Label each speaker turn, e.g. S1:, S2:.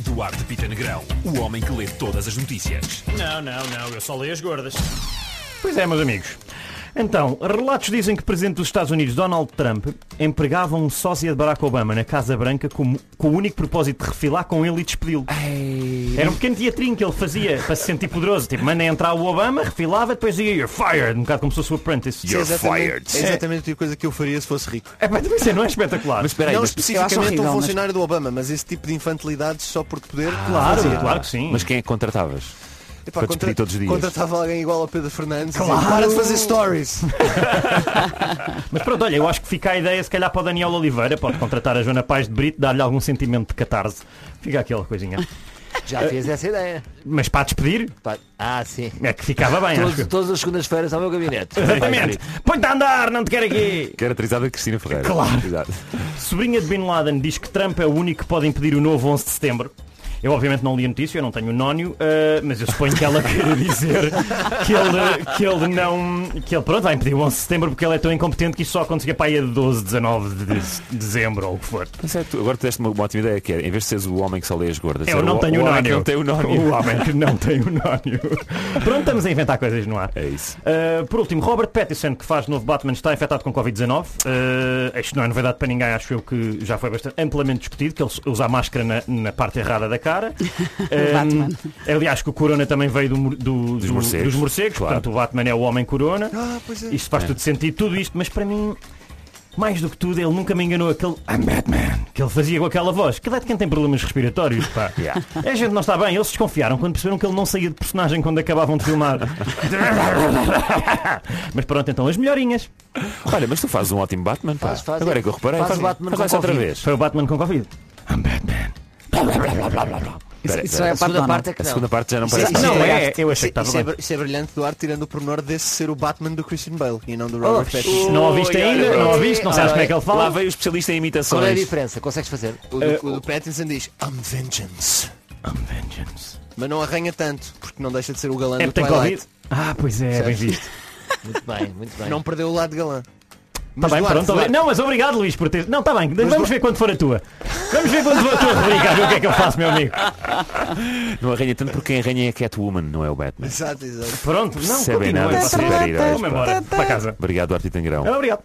S1: Eduardo Pita Negrão, o homem que lê todas as notícias.
S2: Não, não, não, eu só leio as gordas.
S3: Pois é, meus amigos. Então, relatos dizem que o presidente dos Estados Unidos, Donald Trump, empregava um sósia de Barack Obama na Casa Branca com, com o único propósito de refilar com ele e despedi-lo. Era um pequeno teatrinho que ele fazia para se sentir poderoso. Tipo, manda entrar o Obama, refilava, depois dizia You're fired, um bocado como se fosse o Apprentice.
S1: You're
S4: exatamente,
S1: fired.
S4: é exatamente o tipo de coisa que eu faria se fosse rico.
S3: É, mas isso não é espetacular.
S5: Mas espera aí,
S4: não
S5: mas,
S4: especificamente
S6: eu acho horrível,
S4: um
S6: mas-
S4: funcionário do Obama, mas esse tipo de infantilidade só por poder.
S3: claro,
S4: fazia.
S3: claro que sim.
S5: mas quem é que contratavas?
S4: Epá,
S5: para despedir todos os dias.
S4: Contratava alguém igual ao Pedro Fernandes. Claro. para de fazer stories.
S3: Mas pronto, olha, eu acho que fica a ideia, se calhar, para o Daniel Oliveira. Pode contratar a Joana Paz de Brito, dar-lhe algum sentimento de catarse. Fica aquela coisinha.
S7: Já fiz essa ideia.
S3: Mas para despedir,
S7: Pá, Ah, sim.
S3: é que ficava bem, acho
S7: Todos-
S3: eu.
S7: todas as segundas-feiras ao meu gabinete.
S3: Exatamente. Põe-te a andar, não te quero aqui.
S5: Caracterizada de Cristina Ferreira.
S3: Claro.
S5: Exato.
S3: Sobrinha de Bin Laden diz que Trump é o único que pode impedir o novo 11 de setembro. Eu obviamente não li a notícia, eu não tenho o nónio, eh, mas eu suponho que ela queira dizer que ele, que ele não. que ele pronto vai impedir o 11 de setembro porque ele é tão incompetente que isso só acontecia para aí a 12, 19 de dez- dezembro ou o que for.
S5: Mas é, tu- agora tu deste uma, uma ótima ideia que era, em vez de seres o homem que só lê as gordas,
S3: Eu
S5: era
S3: não
S5: o,
S3: tenho
S5: o
S3: o
S5: homem que
S3: nónio.
S5: não tem o
S3: O
S5: nónio.
S3: homem que não tem o nónio. Pronto, estamos a inventar coisas no ar.
S5: É isso.
S3: Uh, por último, Robert Pattinson, que faz novo Batman, está infectado com Covid-19. Uh, isto não é novidade para ninguém, acho eu que já foi bastante amplamente discutido, que ele usa a máscara na, na parte errada da cara.
S6: Batman.
S3: Um, aliás, que o Corona também veio do, mor- do- do-
S5: morcegos.
S3: dos morcegos,
S5: Claro.
S3: portanto o Batman é o homem Corona.
S4: ah, pois é.
S3: Isto faz tudo sentido, tudo isto, mas para mim, mais do que tudo, ele nunca me enganou aquele I'm Batman que ele fazia com aquela voz. Que é de quem tem problemas respiratórios, pá.
S5: Yeah.
S3: A gente não está bem, eles desconfiaram quando perceberam que ele não saía de personagem quando acabavam de filmar. mas pronto, então as melhorinhas.
S5: Olha, mas tu fazes um ótimo Batman, pá.
S7: Faz, faz.
S5: agora é que eu reparei.
S7: Faz Batman
S5: faz
S7: com
S5: essa outra
S7: Covid.
S5: vez.
S3: Foi o Batman com Covid.
S5: Espera,
S6: Isso
S5: espera.
S6: é
S7: A
S6: a parte
S7: segunda
S6: da
S7: parte
S6: parte.
S7: é que
S5: A
S7: não.
S5: segunda parte já não
S4: Isso
S5: parece.
S4: isso
S3: Não, é, eu
S4: isso
S3: achei que
S4: isso
S3: estava
S4: é,
S3: bem.
S4: br- isso é brilhante do ar, tirando o pormenor desse ser o Batman do Christian Bale e não do Robert Pattinson.
S3: Se não ouviste ainda, não ouviste, não sabes como é que ele
S5: Lá
S3: fala.
S5: veio o especialista em
S7: Qual é a
S5: imitações.
S7: diferença? Consegues fazer?
S4: O do, o do Pattinson diz I'm vengeance.
S3: I'm vengeance.
S4: Mas não arranha tanto, porque não deixa de ser o galã
S3: É
S4: do
S3: porque tem
S4: Twilight.
S3: Covid. Ah, pois é, bem visto.
S7: Muito bem, muito bem.
S4: Não perdeu o lado galã.
S3: Está
S4: Mas
S3: bem,
S4: Duarte,
S3: pronto. tá bem.
S4: Duarte,
S3: Não, mas obrigado, Luís, por ter. Não, está bem. Vamos ver quando for a tua. Vamos ver quando for a tua rubrica, a ver o que é que eu faço, meu amigo.
S5: Não arranha tanto porque quem arranha é Catwoman, não é o Batman.
S4: Exato, exato.
S3: Pronto, não,
S5: Percebem
S3: continua. Tá
S5: nada de super-heróis.
S3: Vamos
S5: pá.
S3: embora, para casa.
S5: Obrigado, Artitangrão.
S3: Obrigado.